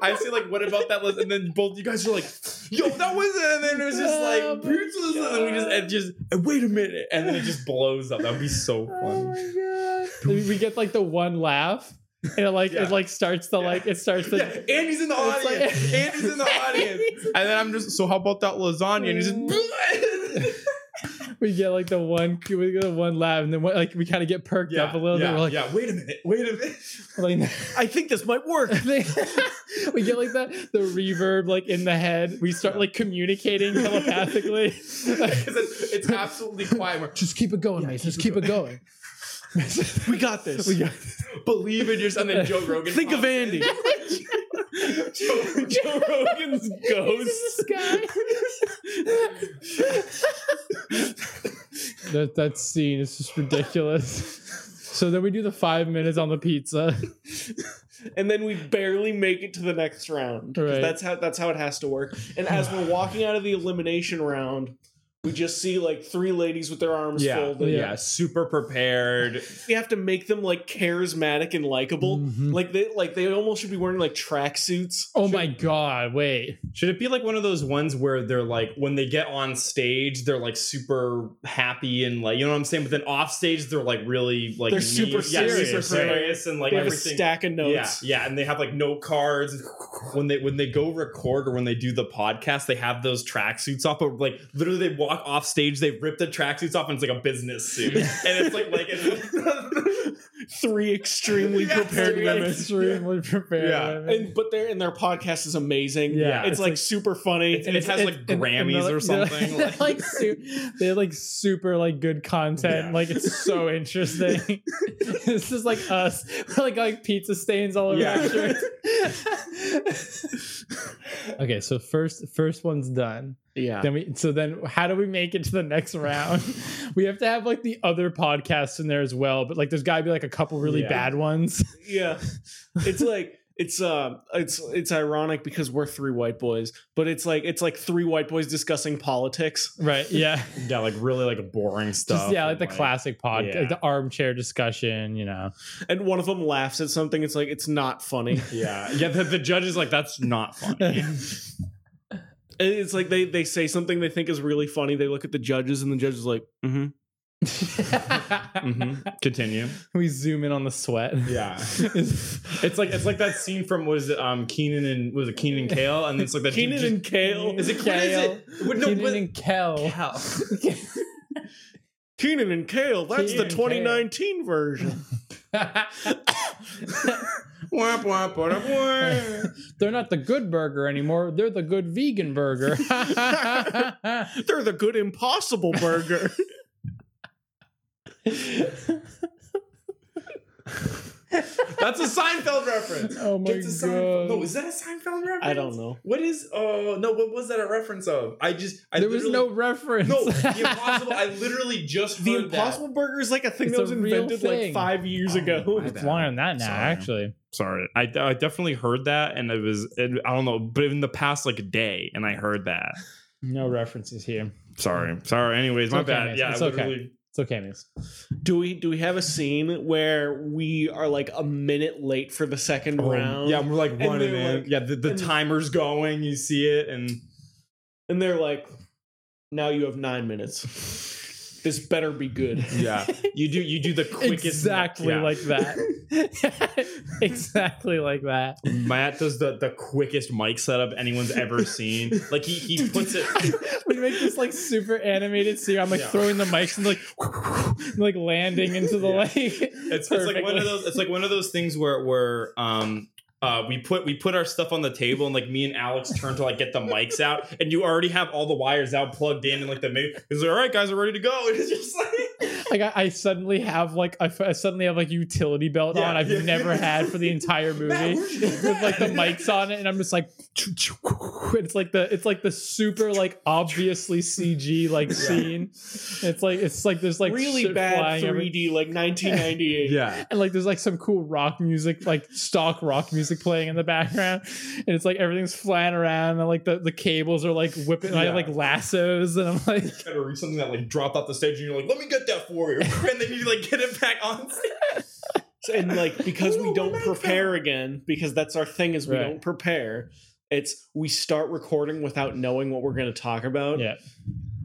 D: I say like, what about that? Lasagna? And then both you guys are like, yo, that was it. And then it was just like,
E: Oh my
D: pizza lasagna. and we just, and just and wait a minute, and then it just blows up. That'd be so funny.
E: Oh my god! we get like the one laugh, and it like
D: Yeah.
E: it like starts the like it starts the.
D: Yeah, Andy's in the
E: It's like-
D: audience.
B: <laughs>
D: Andy's in the audience. And then I'm just, so how about that lasagna? And he's <laughs> just,
E: We get like the one we get the one laugh, and then what- like we kind of get perked up a little
D: yeah,
E: bit. We're like,
D: yeah, wait a minute, wait a minute. <laughs>
E: like
B: <laughs>
E: <laughs>
B: I think this might work.
E: we get like the the reverb like in the head. We start like communicating telepathically.
D: Because it's, <laughs> it's absolutely quiet. We're, <laughs>
E: <laughs> Just keep it going, Mason. Just keep it going.
B: We got this.
E: <laughs> We got-
D: Believe in yourself. And then Joe Rogan.
B: Think of <laughs> Andy.
D: Joe,
B: <laughs>
D: Joe Rogan's ghost.
E: <laughs> that that scene is just ridiculous. So then we do the five minutes on the pizza. <laughs>
B: and then we barely make it to the next round. 'Cause
E: Right.
B: That's how that's how it has to work. And as we're walking out of the elimination round, we just see like three ladies with their arms
D: Yeah, yeah,
B: folded.
D: super prepared.
B: You have to make them like charismatic and likable.
E: Mhm.
B: Like they like they almost should be wearing like tracksuits.
E: Oh my god! Wait,
D: Should it be like one of those ones where they're like, when they get on stage, they're like super happy and like, you know what I'm saying? But then off stage, they're like really like
B: They're
D: mean.
B: super
D: yeah, super
B: serious,
D: serious, and like
B: They have a
D: everything.
B: stack of notes.
D: Yeah, yeah, and they have like no cards. When they when they go record or when they do the podcast, they have those tracksuits off. But like literally, they walk off stage, they rip the tracksuits off, and it's like a business <laughs> suit, and it's like like it's-
B: Three
E: <laughs>
B: extremely <laughs>
D: Yeah,
B: prepared
D: three
B: women.
E: extremely prepared.
D: Yeah.
E: women.
B: And but their and their podcast is amazing.
E: Yeah.
B: It's,
E: It's
B: like,
E: like-
B: super funny.
D: and it has like
E: <laughs>
D: Grammys
E: they're-
D: or something.
E: They're,
D: like-
E: like su- they have like super like good content.
D: Yeah.
E: Like it's
D: <laughs>
E: so interesting. <laughs> this is like us. We're like got, like pizza stains all over our
D: Yeah. <laughs>
E: shirts. <laughs> okay, so first first one's done.
B: yeah.
E: Then we so then how do we make it to the next round? <laughs> we have to have like the other podcasts in there as well, but like there's gotta be like a couple really
D: Yeah.
E: bad ones. <laughs>
B: Yeah. It's like it's uh it's it's ironic because we're three white boys, but it's like it's like three white boys discussing politics.
E: Right. Yeah.
D: <laughs> yeah, like really like boring stuff.
E: Just yeah, like
D: and,
E: the classic pod
D: yeah.
E: like the armchair discussion, you
D: <laughs>
E: know. <laughs>
B: And one of them laughs at something, it's like it's not funny.
D: Yeah, <laughs> yeah. The, the judge is
B: <laughs>
D: like, that's not
E: <laughs>
D: funny.
B: And it's like they they say something they think is really funny, they look at the judges and the judge is like, mm-hmm.
D: Mhm. Continue.
E: <laughs> we zoom in on the sweat. <laughs>
D: Yeah. It's like it's like that scene from what is it? Um, Keenan and was it Keenan and Kale? And it's like that dude
B: Keenan
D: just-
B: and Kale.
D: Is it Kale? What, no,
E: Kenan
D: what-
E: and Kel.
B: Keenan and Kale, that's
E: Keenan
B: the
E: and Kale.
B: 2019 version.
D: <laughs> Womp, womp, womp, womp.
E: <laughs> They're not the good burger anymore. They're the good
D: <laughs>
E: vegan burger. <laughs>
B: They're the good impossible
E: <laughs>
B: burger.
D: That's a Seinfeld reference.
E: oh my
D: It's a Seinfeld. No,
E: god.
D: is that a Seinfeld reference?
B: I don't know.
D: What is? Oh no, what was that a reference of? I just I
E: There was no
D: literally-
E: reference.
D: no <laughs> the impossible. I literally just
B: The
D: heard Oh,
B: impossible burger is like a thing
E: It's
B: that
E: a
B: was
E: real
B: invented
E: thing.
B: like five years ago.
E: <laughs>
D: my
E: it's longer than that now,
D: Sorry.
E: actually.
D: That. Sorry, I, I definitely heard that, and it was it, I don't know, but in the past like a day, and I heard that.
E: No references here.
D: Sorry, sorry. Anyways,
E: It's
D: my
E: okay,
D: bad.
E: man.
D: Yeah,
E: It's
D: I
E: okay.
D: literally-
E: It's okay, Mace.
B: <laughs> Do we do we have a scene where we are like a minute late for the second round?
D: Oh, Yeah, and we're like
B: they're
D: running in.
B: like-
D: yeah, the, the
B: and-
D: timer's going. You see it, and
B: and they're like, now you have nine minutes. This better be good.
D: <laughs> yeah, you do you do the quickest.
E: Exactly
D: yeah.
E: like
D: <laughs>
E: that. <laughs> exactly like that.
D: Matt does the the quickest mic setup anyone's ever seen. Like he he <laughs> puts it.
E: we make this like super animated scene. I'm like
D: Yeah.
E: throwing the mics and like and, like <laughs> landing into the
D: Yeah.
E: lake.
D: It's, it's
E: <laughs>
D: like one of those. It's like one of those things where where um. Uh, we put we put our stuff on the table and like me and Alex turn to like get the mics out and you already have all the wires out plugged in and like the move is like all right guys we're ready to go and it's just like
E: Like I, I suddenly have like I, f- I suddenly have like utility belt
D: Yeah,
E: on I've
D: yeah.
E: never had for
D: <laughs>
E: the entire movie
C: Matt, where'd you get
E: <laughs> with like the
C: that?
E: mics on it, and I'm just like, <laughs> it's like the it's like the super like obviously CG
D: <laughs>
E: like scene. It's like it's like there's like
B: really
E: shit
B: bad
E: flying
B: 3D,
E: every-
B: like <laughs> 1998.
C: Yeah.
E: and like there's like some cool rock music like stock rock music playing in the background and it's like everything's flying around and like the, the cables are like whipping I have, like lassos and i'm like
D: Try to reach something that like dropped off the stage, and you're like, "Let me get that for you," <laughs> and then you like get it back on. stage.
B: And like <laughs> because we don't prepare again, because that's our thing is we
E: Right.
B: don't prepare. It's we start recording without knowing what we're going to talk about.
E: <laughs> yeah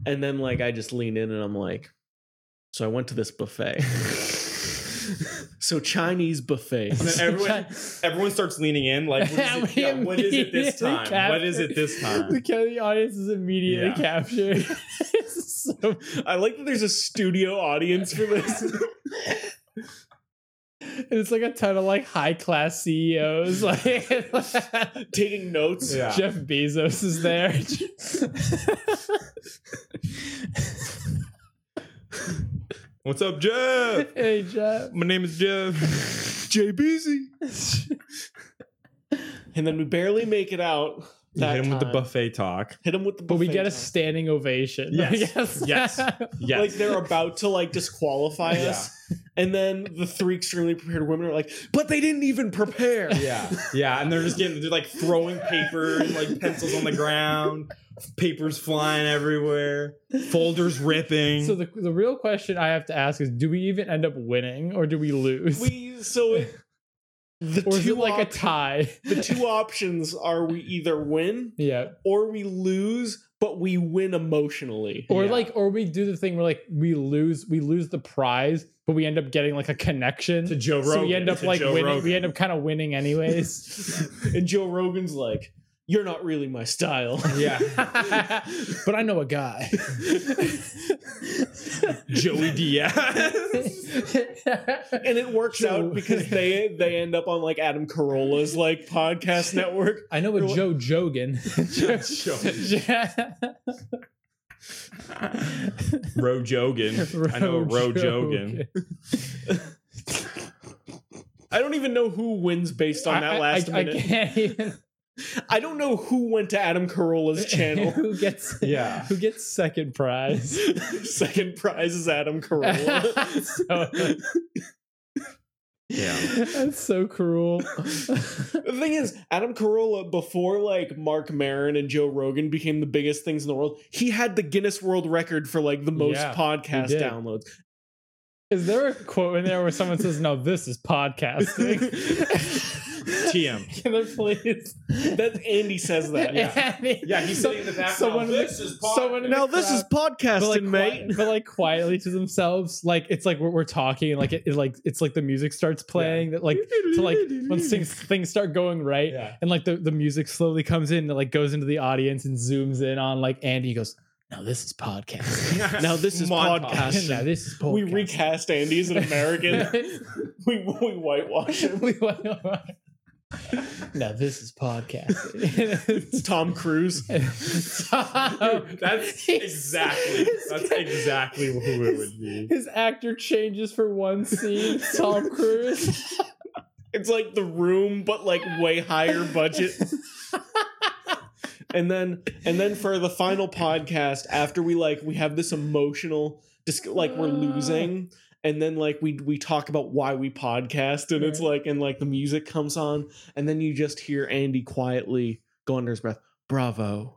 B: And then like I just lean in and I'm like, so I went to this
D: <laughs>
B: buffet. so Chinese buffet.
D: And then everyone, <laughs> everyone starts leaning in,
E: <laughs>
D: like, "What is it, yeah, what is it this
E: Immediately
D: time? What is it this
E: captured- <laughs>
D: time?"
E: the, the audience is immediately
D: Yeah.
E: captured <laughs> It's so-
B: <laughs> I like that there's a studio audience for this. <laughs>
D: <laughs>
E: and it's like a ton of like high class ceos <laughs> like
B: Taking notes.
D: Yeah.
E: Jeff Bezos is
D: <laughs>
E: there. <laughs>
D: What's up, Jeff?
E: hey Jeff.
D: My name is Jeff. JBZ.
B: And then we barely make it out. That
D: Hit him with the
B: time.
D: buffet talk.
B: Hit them with the
E: But we
B: buffet
E: get a
B: time.
E: standing ovation. <laughs>
D: Yes.
E: Yes.
D: Yes. Yes.
B: Like they're about to like disqualify
D: Yeah.
B: us. And then the three extremely prepared women are like, but they didn't even prepare.
D: yeah, yeah, and they're just getting they're like throwing paper and like pencils on the ground, papers flying everywhere, folders ripping.
E: so the, the real question I have to ask is do we even end up winning or do we lose? <laughs>
B: We so it, the
E: or is
B: two
E: it like
B: op-
E: a tie?
B: the two options are we either win
E: <laughs> yeah.
B: or we lose, but we win
E: <laughs>
B: emotionally.
E: Or like or we do the thing where like we lose we lose the prize, but we end up getting like a connection.
D: to Joe Rogan.
E: so we end up
D: to
E: like
D: Joe
E: winning
D: Rogan.
E: we end up kind of
D: <laughs>
E: winning anyways. <laughs>
B: and Joe Rogan's like, you're not really my style. <laughs>
D: yeah,
E: but I know
D: <laughs>
E: a guy.
D: Joey
E: <laughs>
D: Diaz.
B: And it works
E: Joe-
B: out
E: <laughs>
B: because they they end up on like Adam Carolla's like
E: <laughs>
B: podcast network.
E: I know a
B: Really?
D: <laughs>
E: Joe Jogan. <laughs>
D: Ro Jogan. I know a Ro Jogan.
B: I don't even know who wins based on that last
E: I, I,
B: minute.
E: I can't even
B: I don't know who went to Adam Carolla's
E: <laughs>
B: channel. <laughs>
E: who gets
D: Yeah.
E: who gets second
D: <laughs>
E: prize.
B: Second prize is Adam
E: <laughs>
B: Carolla.
E: so,
D: Yeah.
E: that's so cruel. <laughs>
B: the thing is, Adam Carolla, before like Mark Maron and Joe Rogan became the biggest things in the world, he had the Guinness World Record for like the most
E: Yeah,
B: podcast
E: did.
B: downloads.
E: Is there a quote in there where someone says, "No, this is
D: <laughs>
E: podcasting"?
D: TM.
E: Can there please?
B: That Andy says that.
E: <laughs>
D: Yeah, he's sitting in the background.
E: Someone-
D: this is pod-
E: someone in the
B: Now this is podcasting,
E: but like,
B: mate.
E: quiet, but like quietly to themselves, like it's like we're, we're talking, and like it, it like it's like the music starts playing, that like to like when things things start going right,
D: Yeah.
E: and like the, the music slowly comes in, and like goes into the audience and zooms in on like Andy. He goes, "Now this is podcast.
B: <laughs>
D: <laughs>
B: Now
E: <laughs>
B: this is
D: Montage.
B: podcasting.
E: now this is
B: <laughs>
E: podcast."
B: We recast Andy as an American. <laughs> we we whitewash him.
E: <laughs> We went- now this is <laughs> podcasting.
B: It's Tom Cruise.
E: Oh.
D: Dude, that's <laughs> exactly. That's exactly who it would be.
E: His actor changes for one scene. Tom Cruise.
B: It's like the room, but like way higher budget. and then and then for the final podcast, after we like we have this emotional dis- like we're losing. And then like we we talk about why we podcast and it's like and like the music comes on and then you just hear Andy quietly go under his breath, Bravo.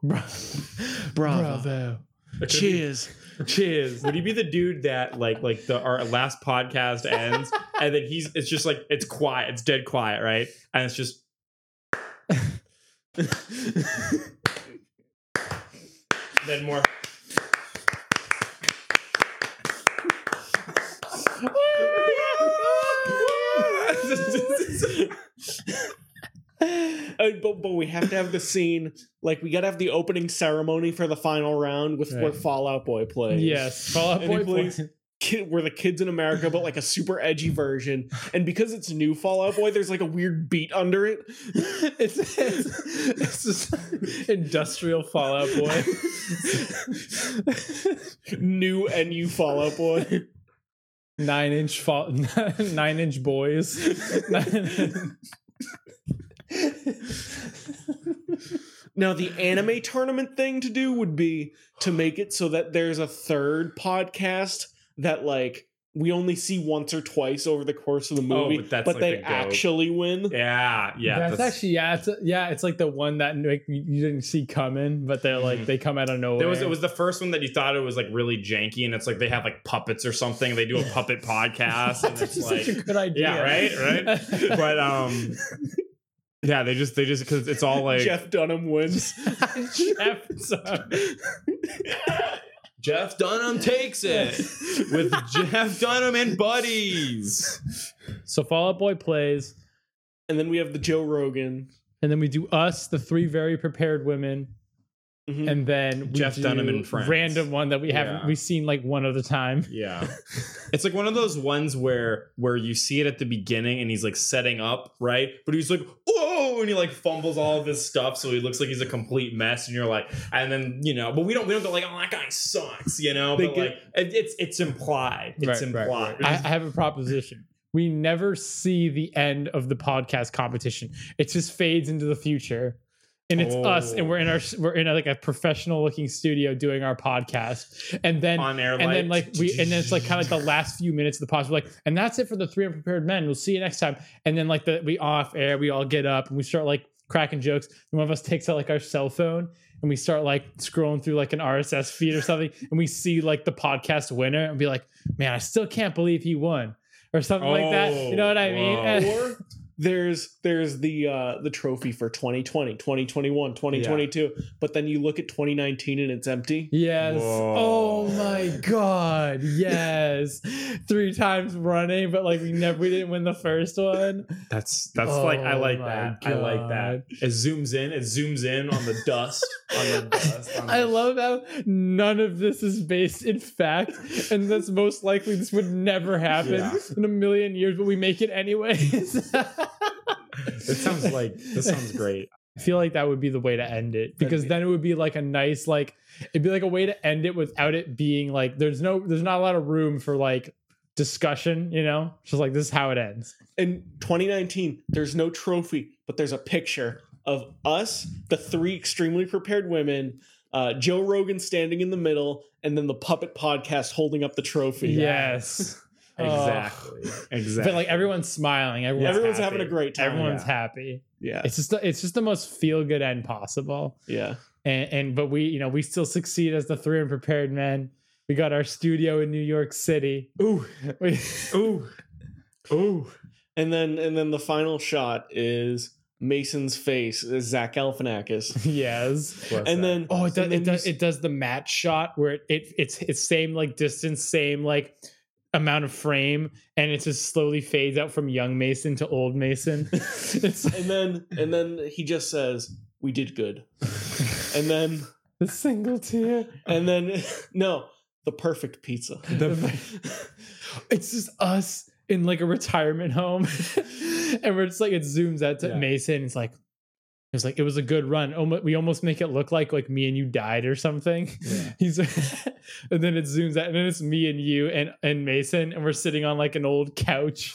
B: Bravo. Cheers.
D: Cheers. Would he be the dude that like like the our last podcast ends and then he's it's just like it's quiet, it's dead quiet, right? And it's just then more
B: Uh, but, but we have to have the scene like we gotta have the opening ceremony for the final round with where
E: Right.
B: Fallout Boy plays.
E: Yes. Fall Out
B: Andy
E: Boy.
B: plays-
E: plays-
B: Kid, we're the kids in America, but like a super edgy version. And because it's new Fallout Boy, there's like a weird beat under it.
E: It's, it's, it's just industrial Fallout Boy.
B: New NU Fallout Boy.
E: nine inch fo- <laughs> nine inch boys. Nine-
B: Now, the anime tournament thing to do would be to make it so that there's a third podcast that, like, we only see once or twice over the course of the
D: Oh,
B: movie,
D: but
B: but,
D: that's like
B: they
D: the go.
B: actually win.
D: Yeah, yeah.
E: that's, actually yeah, it's yeah, it's like the one that like, you you didn't see coming, but they're like
D: Mhm.
E: they come out of nowhere.
D: There was it was the first one that you thought it was like really janky, and it's like they have like puppets or something. They do a
E: <laughs>
D: puppet podcast, and
E: <laughs> That's
D: it's like
E: such a good idea.
D: yeah, right, right.
E: <laughs>
D: but um, yeah, they just they just because it's all
B: <laughs>
D: like
B: Jeff Dunham wins.
E: Jeff, sorry.
D: Jeff Dunham takes it <laughs> with Jeff Dunham and buddies.
E: so Fall Out Boy plays,
B: and then we have the Joe Rogan.
E: and then we do us, the three very prepared women,
B: Mhm.
E: and then we
D: Mm-hmm. Jeff
E: do
D: Dunham and Friends.
E: random one that we haven't
D: Yeah.
E: we've seen like one
D: <laughs>
E: other time.
D: Yeah, it's like one of those ones where where you see it at the beginning, and he's like setting up right, but he's like whoa, and he like fumbles all of his stuff, so he looks like he's a complete mess, and you're like, and then you know, but we don't we don't go like oh that guy sucks, you know,
B: They
D: but
B: get-
D: like it, it's it's implied, it's
E: Right, right,
D: implied.
E: I, I have a proposition. We never see the end of the podcast competition. It just fades into the future, and it's us, and
D: Oh.
E: we're in our we're in like a professional looking studio doing our podcast, and then
D: on air,
E: and then like we and then it's like kind of like the last few minutes of the podcast. We're like, and that's it for the three unprepared men. We'll see you next time. And then like the we off air, we all get up and we start like cracking jokes. And one of us takes out like our cell phone and we start like scrolling through like an RSS feed or something. And we see like the podcast winner and be like, man, I still can't believe he won or something like that. You know what I mean?
D: Oh,
E: And-
B: or there's there's the uh the trophy for 2020 2021 2022 but then you look at 2019 and it's empty
E: <laughs> Yes.
D: Whoa.
E: Oh my god.
D: <laughs>
E: Yes. Three times running, but like we never we didn't win the first one.
D: <laughs> That's that's like I
E: Oh
D: like
E: my
D: that. I like that. It zooms in. It zooms in on the dust. on the dust. on
E: <laughs> I
D: the-
E: love how none of this is based in fact, and that's most likely this would never happen
D: Yeah.
E: in a million years, but we make it anyways. <laughs>
D: It sounds like <laughs> this sounds great.
E: I feel like that would be the way to end it because then it would be like a nice like it'd be like a way to end it without it being like there's no there's not a lot of room for like discussion, you know? It's Just like this is how it ends.
B: in 2019 there's no trophy but there's a picture of us the three extremely prepared women uh joe rogan standing in the middle and then the puppet podcast holding up the trophy
E: <laughs> Yes. Oh.
D: Exactly. Exactly.
E: But like everyone's smiling, everyone's,
B: everyone's
E: happy.
B: having a great time
E: everyone's
D: Yeah.
E: happy.
B: yeah
E: It's just the- it's just the most feel good end possible.
B: yeah
E: and, and but we you know we still succeed as the three unprepared men we got our studio in new york city
D: ooh,
E: We-
D: ooh, ooh.
B: and then and then the final shot is mason's face is zach galifianakis
E: <laughs> yes
D: What's
B: and
D: that?
B: then
E: oh it does,
B: and
E: it
B: then
E: does
B: you-
E: it does the match shot where it, it it's it's same like distance same like amount of frame and it just slowly fades out from young mason to old mason <laughs> it's
B: and then and then he just says we did good and then
E: the single tear
B: and then <laughs> no the perfect pizza
E: <laughs> it's just us in like a retirement home <laughs> and we're just like it zooms out to
D: Yeah.
E: mason it's like it's like it was a good run Almo- we almost make it look like like me and you died or something <laughs> he's and then it zooms out and then it's me and you and and mason and we're sitting on like an
D: <laughs>
E: old couch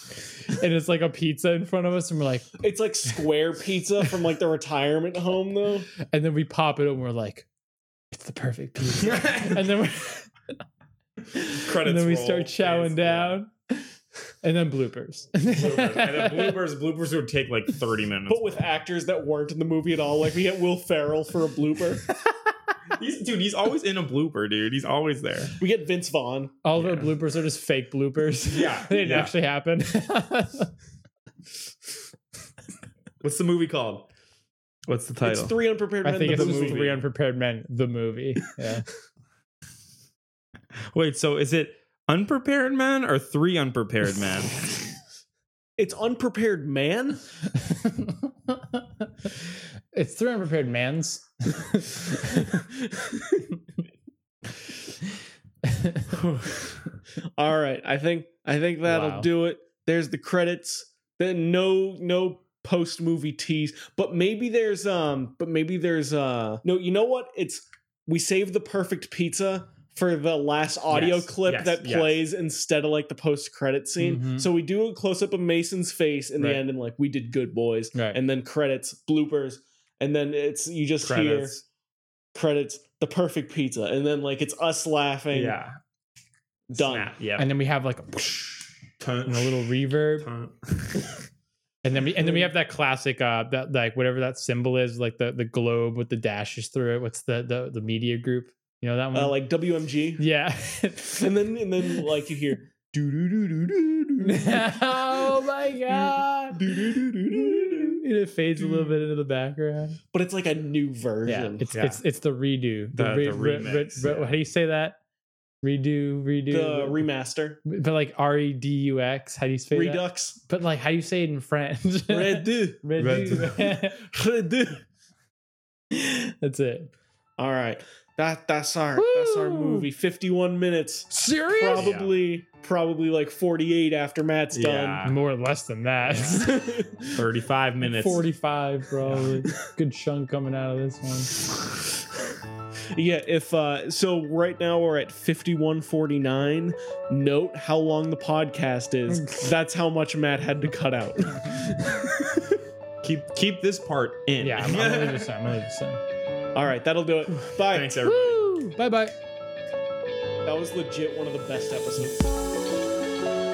E: and it's like a pizza in front of us and we're like
B: it's like square pizza from
E: <laughs>
B: like the retirement home though
E: and then we pop it and we're like it's the perfect
D: <laughs>
E: pizza <laughs> and then we're
D: Credits
E: and then we
D: roll,
E: start chowing
D: please.
E: down, and then bloopers. <laughs>
D: Bloopers. And <laughs> then bloopers, bloopers would take like 30 minutes. <laughs>
B: but with actors that weren't in the movie at all like we get will ferrell for a blooper
D: He's- dude, he's always in a blooper, dude. He's always there.
B: we get vince vaughn
E: All of
D: Yeah.
E: our bloopers are just fake <laughs> bloopers.
D: <laughs> Yeah,
E: they didn't
D: yeah.
E: actually <laughs> happen.
D: What's the movie called? What's the
B: it's three unprepared
E: I
B: men
E: think
B: the
E: it's just
B: movie.
E: three unprepared men. The movie. Yeah.
D: Wait, so is it unprepared men or three unprepared <laughs> men?
B: it's unprepared man
E: <laughs> it's three unprepared mans. <laughs>
B: <laughs> all right i think i think that'll
E: Wow.
B: do it there's the credits then no no post movie tease but maybe there's um but maybe there's uh no you know what it's we saved the perfect pizza for the last audio
E: Yes,
B: clip
E: yes,
B: that
E: yes.
B: plays instead of like the post credit scene.
E: Mhm.
B: So we do a close up of Mason's face in
E: Right.
B: the end and like we did good boys.
E: Right.
B: And then credits, bloopers, and then it's you just
E: Credits.
B: hear credits, the perfect pizza, and then like it's us laughing.
D: Yeah.
B: Done.
D: Snap, Yeah. <laughs>
E: And then we have like a, and a little reverb,
D: <laughs>
E: and then we and then we have that classic uh that like whatever that symbol is, like the the globe with the dashes through it. What's the the the media group? You know that one?
B: Uh, like WMG.
E: yeah.
B: <laughs> And then and then like you hear do do do do
D: <laughs>
B: do
E: oh my god! <laughs> and it fades a little bit into the background.
B: but it's like a new
E: Yeah,
B: version.
E: it's
D: Yeah.
E: it's it's the redo. The,
D: The-
E: re-
D: the
E: re-
D: remix,
E: re- re-
D: yeah.
E: How do you say that? Redo, redo.
B: the remaster.
E: but like R E D U X. How do you say that? <laughs>
B: Redux.
E: But like, how do you say it in French? <laughs>
B: Redu.
E: Redo.
B: Redu.
E: <laughs> That's it.
B: All right. That that's our that's our
E: Woo!
B: movie. 51 minutes.
E: Serious?
B: Probably probably like 48 after Matt's
D: Yeah.
E: More or less than that. <laughs>
B: done.
D: 35 minutes.
E: 45, probably. Good chunk coming out of this one.
B: yeah, if uh so right now we're at 5149. Note how long the podcast
E: <laughs>
B: is. that's how much Matt had to cut out.
D: Keep keep this part <laughs> in.
E: Yeah, I'm, I'm gonna leave this in. I'm gonna leave this in.
B: All right, that'll do it. Bye.
D: Thanks everybody.
E: Bye bye.
B: That was legit one of the best episodes.